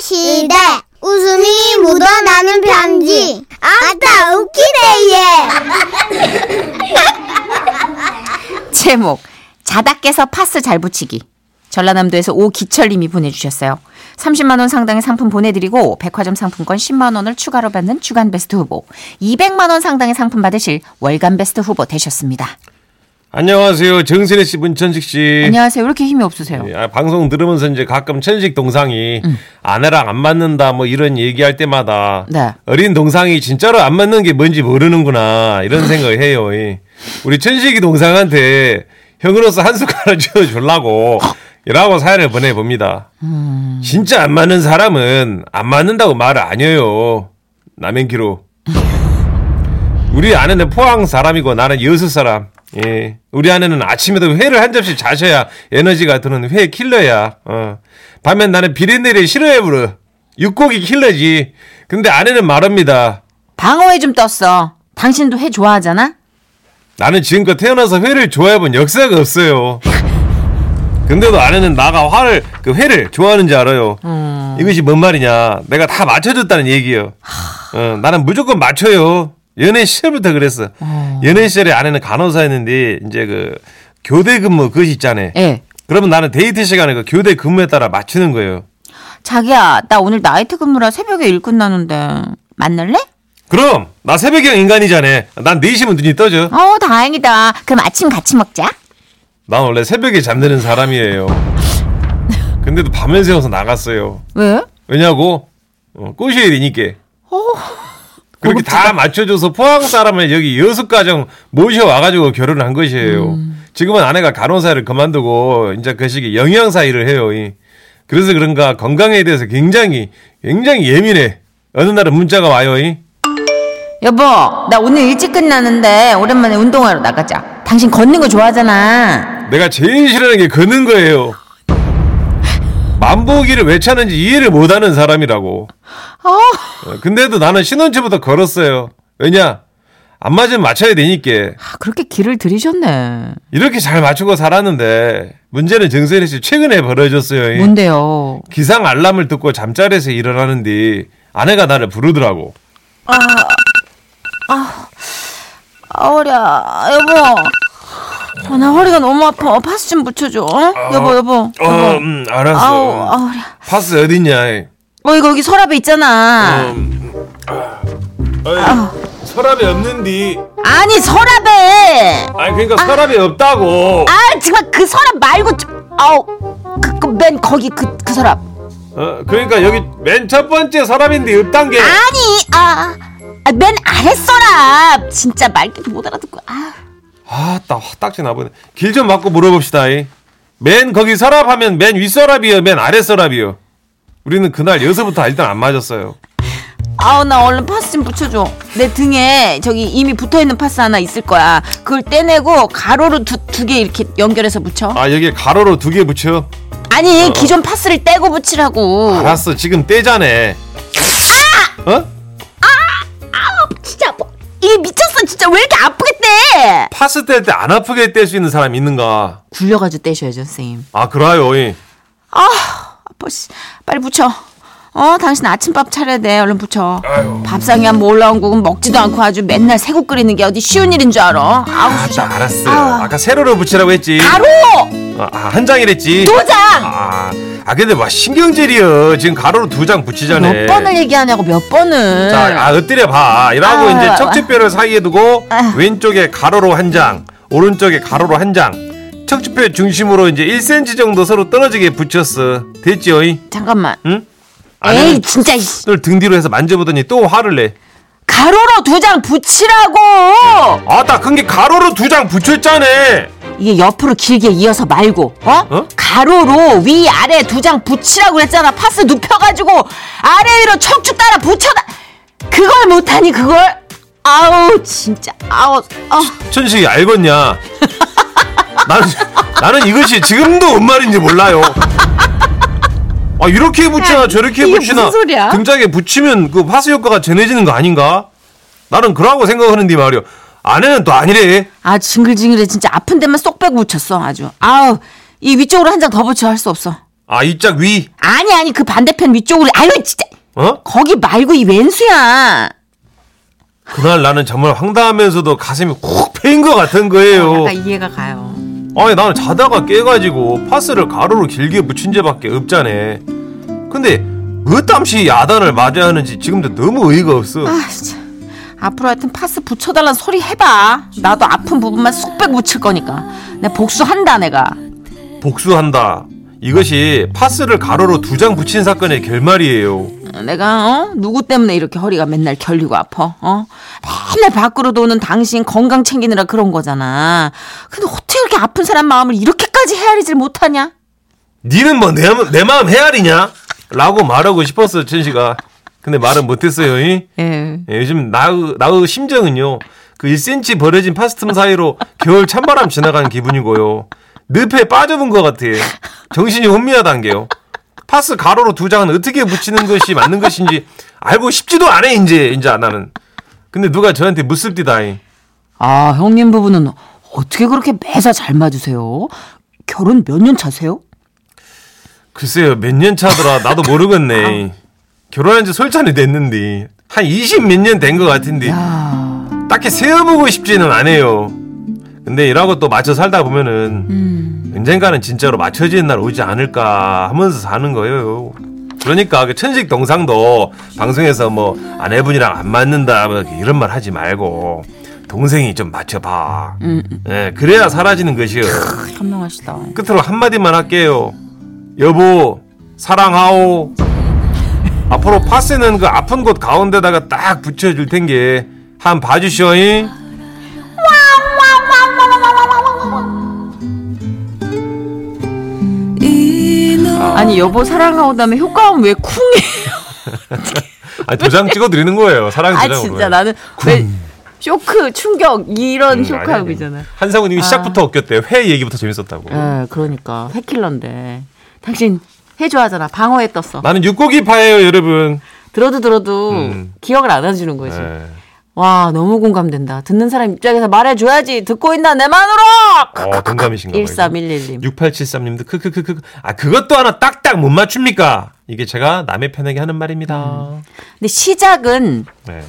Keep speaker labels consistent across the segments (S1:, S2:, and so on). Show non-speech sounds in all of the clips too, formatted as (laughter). S1: 시대 웃음이 묻어나는 편지 아따 웃기네 얘
S2: 제목 자다깨서 파스 잘 붙이기 전라남도에서 오기철님이 보내주셨어요. 30만 원 상당의 상품 보내드리고 백화점 상품권 10만 원을 추가로 받는 주간 베스트 후보 200만 원 상당의 상품 받으실 월간 베스트 후보 되셨습니다.
S3: 안녕하세요. 정세례 씨, 문천식 씨.
S2: 안녕하세요. 왜 이렇게 힘이 없으세요?
S3: 아, 방송 들으면서 이제 가끔 천식 동상이
S2: 음.
S3: 아내랑 안 맞는다 뭐 이런 얘기할 때마다
S2: 네.
S3: 어린 동상이 진짜로 안 맞는 게 뭔지 모르는구나 이런 생각을 해요. 이. 우리 천식이 동상한테 형으로서 한 숟가락 (laughs) 쥐어주려고 이라고 사연을 보내봅니다.
S2: 음.
S3: 진짜 안 맞는 사람은 안 맞는다고 말을 안 해요. 남행기로. 우리 아내는 포항 사람이고 나는 여수 사람. 예. 우리 아내는 아침에도 회를 한 접시 자셔야 에너지가 드는 회 킬러야. 어. 반면 나는 비린내를 싫어해 부르. 육고기 킬러지. 근데 아내는 말합니다.
S2: 방어회 좀 떴어. 당신도 회 좋아하잖아.
S3: 나는 지금껏 태어나서 회를 좋아해 본 역사가 없어요. 근데도 아내는 나가 화를 그 회를 좋아하는지 알아요. 이것이 뭔 말이냐? 내가 다 맞춰줬다는 얘기예요. 어, 나는 무조건 맞춰요. 연애 시절부터 그랬어. 연애 시절에 아내는 간호사였는데 이제 그 교대 근무 그것 있잖아요.
S2: 예.
S3: 그러면 나는 데이트 시간에 그 교대 근무에 따라 맞추는 거예요.
S2: 자기야, 나 오늘 나이트 근무라 새벽에 일 끝나는데 만날래?
S3: 그럼 나 새벽형 인간이잖아. 난 4시면 눈이 떠져.
S2: 어, 다행이다. 그럼 아침 같이 먹자.
S3: 난 원래 새벽에 잠드는 사람이에요. 근데도 밤에 새워서 나갔어요.
S2: 왜?
S3: 왜냐고? 어, 꼬셔야 되니까. 그렇게 다 맞춰줘서 포항 사람을 여기 여수가정 모셔와가지고 결혼을 한 것이에요. 지금은 아내가 간호사를 그만두고 이제 그 시기 영양사 일을 해요. 이. 그래서 그런가 건강에 대해서 굉장히 굉장히 예민해. 어느 날은 문자가 와요. 이.
S2: 여보, 나 오늘 일찍 끝나는데 오랜만에 운동하러 나가자. 당신 걷는 거 좋아하잖아.
S3: 내가 제일 싫어하는 게 그는 거예요. 만보기를 왜 차는지 이해를 못하는 사람이라고.
S2: 어,
S3: 어, 근데도 나는 신혼초부터 걸었어요. 왜냐? 안 맞으면 맞춰야 되니까.
S2: 아, 그렇게 길을 들이셨네.
S3: 이렇게 잘 맞추고 살았는데 문제는 정세리 씨 최근에 벌어졌어요.
S2: 뭔데요?
S3: 기상 알람을 듣고 잠자리에서 일어나는 뒤 아내가 나를 부르더라고.
S2: 아, 허리야, 여보. 아, 나 허리가 너무 아파. 파스 좀 붙여줘. 어? 여보, 여보.
S3: 어,
S2: 여보.
S3: 음,
S2: 아우,
S3: 알았어.
S2: 아, 허리야.
S3: 파스 어딨냐?
S2: 어, 이거 여기 서랍에
S3: 어.
S2: 있잖아.
S3: 음. 서랍이 없는디.
S2: 아니, 서랍에!
S3: 아니 그러니까 서랍이 없다고.
S2: 아, 정말 그 서랍 말고 좀, 아우. 그, 그, 맨 거기 그, 그 서랍.
S3: 어, 그러니까 여기 맨 첫 번째 서랍인데 없단 게.
S2: 아니, 아. 아, 맨 아래 서랍. 진짜 말귀도 못 알아듣고, 아.
S3: 아따 딱지 나보네. 길 좀 막고 물어봅시다. 이. 맨 거기 서랍 하면 맨 윗 서랍이요, 맨 아래 서랍이요. 우리는 그날 여서부터 일단 안 맞았어요.
S2: 아우 나 얼른 파스 좀 붙여줘 내 등에 저기 이미 붙어있는 파스 하나 있을 거야 그걸 떼내고 가로로 두 두 개 이렇게 연결해서 붙여
S3: 아 여기 가로로 두 개 붙여.
S2: 아니 기존 파스를 떼고 붙이라고
S3: 어. 알았어 지금 떼자네 어?
S2: 진짜 뭐 이게 미쳤어 진짜 왜 이렇게 아프게 떼
S3: 파스 뗄 때 안 아프게 뗄 수 있는 사람 있는가
S2: 굴려가지고 떼셔야죠 선생님
S3: 아 그래요 이.
S2: 아 아빠 씨 빨리 붙여 어 당신 아침밥 차려야 돼 얼른 붙여 밥상에 한번 올라온 국은 먹지도 않고 아주 맨날 새국 끓이는 게 어디 쉬운 일인 줄 알아 아우
S3: 아따
S2: 수작
S3: 알았어 아까 세로로 붙이라고 했지
S2: 가로
S3: 아, 아, 한 장이랬지
S2: 도장
S3: 아, 아 근데 와 신경질이여 지금 가로로 두 장 붙이자네
S2: 몇 번을 얘기하냐고 몇 번을
S3: 자, 아, 엎드려 봐. 이라고
S2: 아,
S3: 이제
S2: 아,
S3: 척추뼈를 사이에 두고
S2: 아.
S3: 왼쪽에 가로로 한 장, 오른쪽에 가로로 한 장. 척추뼈 중심으로 이제 1cm 정도 서로 떨어지게 붙였어. 됐지요이?
S2: 잠깐만
S3: 응?
S2: 에이
S3: 아니,
S2: 진짜 이씨.
S3: 등 뒤로 해서 만져보더니 또 화를 내.
S2: 가로로 두 장 붙이라고
S3: 아따 큰 게 가로로 두 장 붙였잖아
S2: 이게 옆으로 길게 이어서 말고 어?
S3: 어?
S2: 가로로 위 아래 두 장 붙이라고 그랬잖아 파스 눕혀가지고 아래 위로 척추 따라 붙여다 그걸 못하니 그걸 아우 진짜 아우 어.
S3: 천식이 알겄냐 나는, 나는 이것이 지금도 뭔 말인지 몰라요 아 이렇게 붙이나 저렇게
S2: 이게
S3: 붙이나
S2: 무슨 소리야?
S3: 등짝에 붙이면 그 파스 효과가 전해지는 거 아닌가 나는 그러고 생각하는데 말이요 아내는 또 아니래
S2: 아 징글징글해 진짜 아픈 데만 쏙 빼고 붙였어 아주 아우 이 위쪽으로 한 장 더 붙여 할 수 없어
S3: 아, 입짝 위.
S2: 아니 아니 그 반대편 위쪽으로 아유 진짜
S3: 어?
S2: 거기 말고 이 왼수야.
S3: 그날 나는 정말 황당하면서도 가슴이 훅 패인 것 같은 거예요.
S2: 어, 약간 이해가 가요.
S3: 아니 나는 자다가 깨가지고 파스를 가로로 길게 붙인 죄밖에 없잖아. 근데 어땀시 야단을 맞아야 하는지 지금도 너무 어이가 없어.
S2: 아 진짜. 앞으로 하여튼 파스 붙여달라는 소리 해봐. 나도 아픈 부분만 쏙백 붙일 거니까. 내 복수한다 내가.
S3: 복수한다. 이것이 파스를 가로로 두 장 붙인 사건의 결말이에요.
S2: 내가 어? 누구 때문에 이렇게 허리가 맨날 결리고 아파? 어? 맨날 밖으로 도는 당신 건강 챙기느라 그런 거잖아. 근데 어떻게 이렇게 아픈 사람 마음을 이렇게까지 헤아리질 못하냐?
S3: 니는 뭐 내 마음 헤아리냐? 라고 말하고 싶었어 천식아. 근데 말은 못했어요. 이.
S2: 예.
S3: 예, 요즘 나의, 나의 심정은요. 그 1cm 버려진 파스틈 사이로 겨울 찬바람 지나가는 기분이고요. 늪에 빠져본 것 같아. 정신이 혼미하단 게요. 파스 가로로 두 장은 어떻게 붙이는 것이 맞는 것인지 알고 싶지도 않아 이제 이제 나는. 근데 누가 저한테 묻습디다잉.
S2: 아 형님 부부는 어떻게 그렇게 매사 잘 맞으세요? 결혼 몇 년 차세요?
S3: 글쎄요 몇 년 차더라 나도 모르겠네. 결혼한 지 솔찬이 됐는데 한 20 몇 년 된 것 같은데.
S2: 아,
S3: 딱히 세어보고 싶지는 않아요. 근데 일하고 또 맞춰 살다 보면은 언젠가는 진짜로 맞춰지는 날 오지 않을까 하면서 사는 거예요. 그러니까 그 천식 동상도 방송에서 뭐 아내분이랑 안 맞는다 뭐 이런 말 하지 말고 동생이 좀 맞춰봐. 예, 그래야 사라지는 것이요.
S2: 현명하시다.
S3: 끝으로 한마디만 할게요. 여보, 사랑하오. 앞으로 파스는 그 아픈 곳 가운데다가 딱 붙여줄 텐게 한 봐주시오잉.
S2: 아니 여보 사랑하고 다음에 효과음 왜 쿵해?
S3: 아, 도장 찍어드리는 거예요. 사랑
S2: 아
S3: 도장으로.
S2: 진짜 나는 왜 쇼크 충격 이런 효과음이잖아.
S3: 한상우님이 시작부터 웃겼대요. 회 얘기부터 재밌었다고.
S2: 예, 그러니까 회킬러인데 당신 해줘하잖아. 방어에 떴어.
S3: 나는 육고기파예요, 여러분.
S2: 들어도 들어도
S3: 음.
S2: 기억을 안 해주는 거지.
S3: 예.
S2: 와 너무 공감된다. 듣는 사람 입장에서 말해줘야지. 듣고 있나 내 마음으로.
S3: 어, 동감이신가 봐요.
S2: 1311님.
S3: 6873님도 크크크크. 아, 그것도 하나 딱딱 못 맞춥니까? 이게 제가 남의 편에게 하는 말입니다.
S2: 근데 시작은
S3: 네.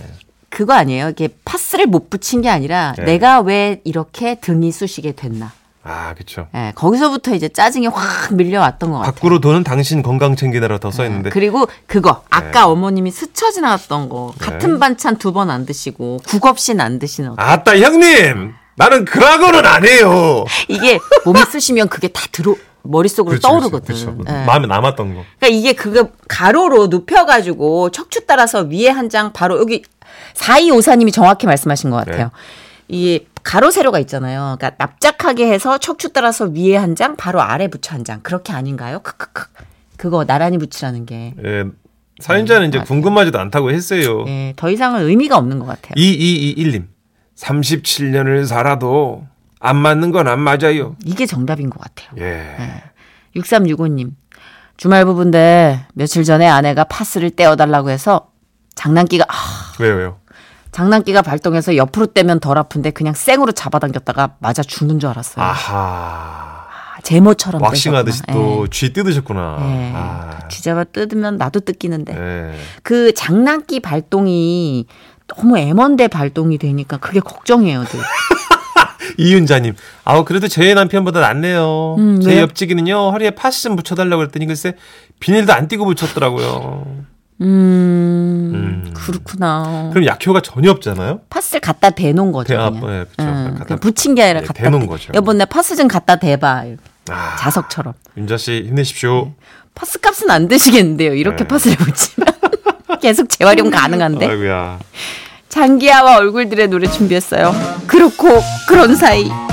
S2: 그거 아니에요. 이게 파스를 못 붙인 게 아니라
S3: 네.
S2: 내가 왜 이렇게 등이 쑤시게 됐나.
S3: 아, 그쵸.
S2: 예, 거기서부터 이제 짜증이 확 밀려왔던 것 같아요.
S3: 밖으로 도는 당신 건강 챙기느라 더 써있는데.
S2: 음, 그리고
S3: 네.
S2: 그거 아까 어머님이 스쳐 지나갔던 거 같은 반찬 두 번 안 드시고 국 없이는 안 드시는 거.
S3: 아따, 형님! 나는 그라고는 안 해요!
S2: 이게 몸이 쑤시면 그게 다 들어 머릿속으로
S3: 그렇죠,
S2: 떠오르거든.
S3: 그렇죠, 그렇죠.
S2: 예.
S3: 마음에 남았던 거.
S2: 그러니까 이게 그거 가로로 눕혀가지고 척추 따라서 위에 한 장 바로 여기 4254님이 정확히 말씀하신 것 같아요.
S3: 네.
S2: 이 가로 세로가 있잖아요. 그러니까 납작하게 해서 척추 따라서 위에 한 장, 바로 아래 붙여 한 장. 그렇게 아닌가요? 크크크. 그거 나란히 붙이라는 게.
S3: 예. 사연자는 이제 궁금하지도 않다고 했어요.
S2: 예, 더 이상은 의미가 없는 것 같아요.
S3: 2221님. 37년을 살아도 안 맞는 건 안 맞아요.
S2: 이게 정답인 것 같아요.
S3: 예.
S2: 네. 6365님. 주말 부부인데 며칠 전에 아내가 파스를 떼어달라고 해서 장난기가 아,
S3: 왜요, 왜요?
S2: 장난기가 발동해서 옆으로 떼면 덜 아픈데 그냥 쌩으로 잡아당겼다가 맞아 죽는 줄 알았어요.
S3: 아하.
S2: 아, 제모처럼
S3: 왁싱하듯이
S2: 떼셨구나.
S3: 또 쥐 뜯으셨구나.
S2: 예. 예.
S3: 아.
S2: 쥐잡아 뜯으면 나도 뜯기는데
S3: 예.
S2: 그 장난기 발동이 너무 애먼데 발동이 되니까 그게 걱정이에요.
S3: (laughs)
S2: 늘.
S3: 이윤자님, 아우 그래도 제 남편보다 낫네요.
S2: 음,
S3: 제
S2: 왜요?
S3: 옆집이는요 허리에 파스 좀 붙여달라고 그랬더니 글쎄 비닐도 안 띄고 붙였더라고요.
S2: 음,
S3: 음.
S2: 그렇구나.
S3: 그럼 약효가 전혀 없잖아요.
S2: 파스를 갖다 대놓은 거죠.
S3: 대- 아,
S2: 그냥.
S3: 예, 그쵸. 갖다-
S2: 그냥 붙인 게 아니라
S3: 예,
S2: 갖다
S3: 대놓은
S2: 대-
S3: 거죠.
S2: 여보 내 파스 좀 갖다 대봐. 이렇게.
S3: 아.
S2: 자석처럼.
S3: 윤자 씨 힘내십시오.
S2: 파스 값은 안 되시겠는데요. 이렇게
S3: 네.
S2: 파스를 붙이면 (laughs) 계속 재활용 가능한데.
S3: 아이고야.
S2: 장기하와 얼굴들의 노래 준비했어요. 그렇고 그런 사이.